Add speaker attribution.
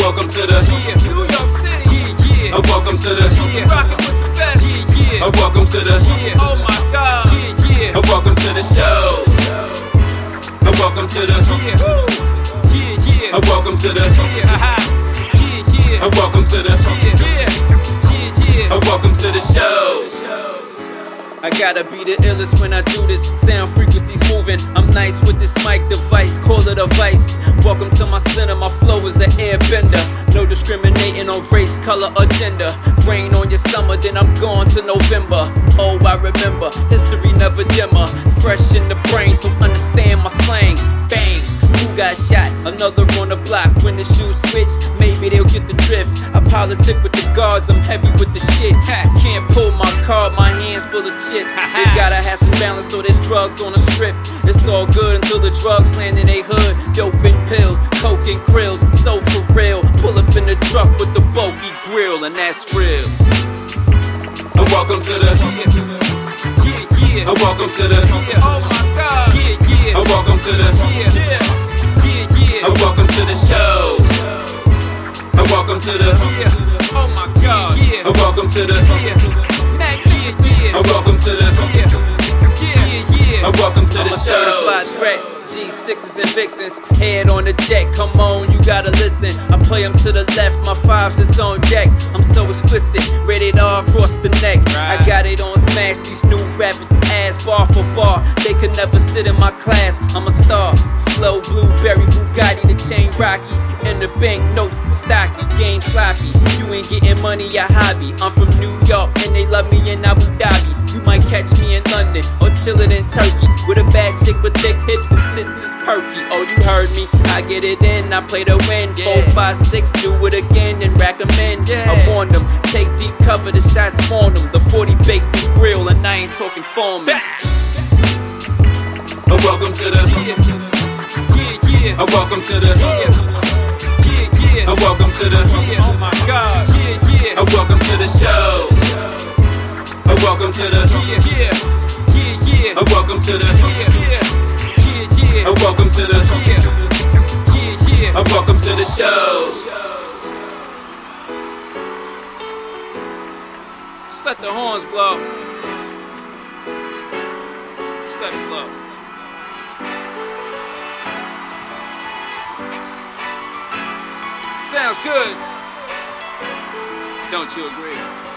Speaker 1: welcome to the
Speaker 2: Yeah, New York City. Yeah,
Speaker 1: and welcome to the
Speaker 2: yeah. yeah. Rockin' with the best. Yeah, yeah.
Speaker 1: and welcome to the
Speaker 2: yeah. Oh my God. Yeah, yeah.
Speaker 1: and welcome to the show and welcome to the
Speaker 2: Yeah. Woo. Yeah, yeah.
Speaker 1: and welcome to the
Speaker 2: Yeah. aha. Yeah, yeah.
Speaker 1: and welcome to the
Speaker 2: Yeah, yeah. Yeah, yeah.
Speaker 1: and welcome to the show. I gotta be the illest when I do this. Sound frequencies moving. I'm nice with this mic device, call it a vice. Welcome to my center, my flow is an airbender. No discriminating on race, color, or gender. Rain on your summer, then I'm gone to November. Oh, I remember, history never dimmer. Fresh in the brain, so understand my slang. Bang. Who got shot? Another on the block. When the shoes switch, maybe they'll get the drift. I politic with the guards, I'm heavy with the shit. Ha, can't pull my car, my hands full of chips. They gotta have some balance, so there's drugs on the strip. It's all good until the drugs land in they hood. Dope and pills, coke and krills, so for real. Pull up in the truck with the bulky grill, and that's real. And welcome to the,
Speaker 2: Yeah, yeah.
Speaker 1: and welcome to the,
Speaker 2: Yeah, oh my God. Yeah, yeah.
Speaker 1: and welcome to the.
Speaker 2: Yeah, yeah. Yeah,
Speaker 1: And
Speaker 2: yeah.
Speaker 1: welcome to the show. And welcome to the.
Speaker 2: Yeah. Oh my God. Yeah,
Speaker 1: And welcome to the.
Speaker 2: yeah. Mac, yeah, yeah.
Speaker 1: And welcome to the.
Speaker 2: Yeah, yeah, yeah.
Speaker 1: And welcome to
Speaker 3: I'm
Speaker 1: the
Speaker 3: a
Speaker 1: show.
Speaker 3: certified threat. G6s and vixens, head on the deck. Come on, you gotta listen. I play 'em to the left, my fives is on deck. I'm so explicit, rated R across the neck. I got it on smash. These new rappers is ass bar for bar. They could never sit in my class. I'm a star. Flow blueberry Bugatti, the chain Rocky, and the bank notes is stocky. Game sloppy. You ain't getting money, a hobby. I'm from New York, and they love me in Abu Dhabi. You might catch me in London or chillin' in Turkey with a bad chick with thick hips and tits is perky. Oh, you heard me? I get it in. I play to win. Four, five, six, do it again and recommend. I warn them. Take deep cover. The shots spawn them. The 40 baked is grill and I ain't talking foreman.
Speaker 1: And welcome to the.
Speaker 2: Yeah, yeah.
Speaker 1: And welcome to the.
Speaker 2: Yeah, yeah.
Speaker 1: And welcome to the.
Speaker 2: Yeah, oh my God. Yeah, yeah.
Speaker 1: And welcome to the show. And welcome to the.
Speaker 2: Yeah, yeah. Yeah, yeah.
Speaker 1: And welcome to the.
Speaker 2: Yeah, yeah. Yeah, yeah.
Speaker 1: And welcome to the.
Speaker 2: Yeah, yeah,
Speaker 3: Oh.
Speaker 2: yeah.
Speaker 1: And welcome to the show.
Speaker 2: Just let the horns blow. Just let it blow. Sounds good. Don't you agree?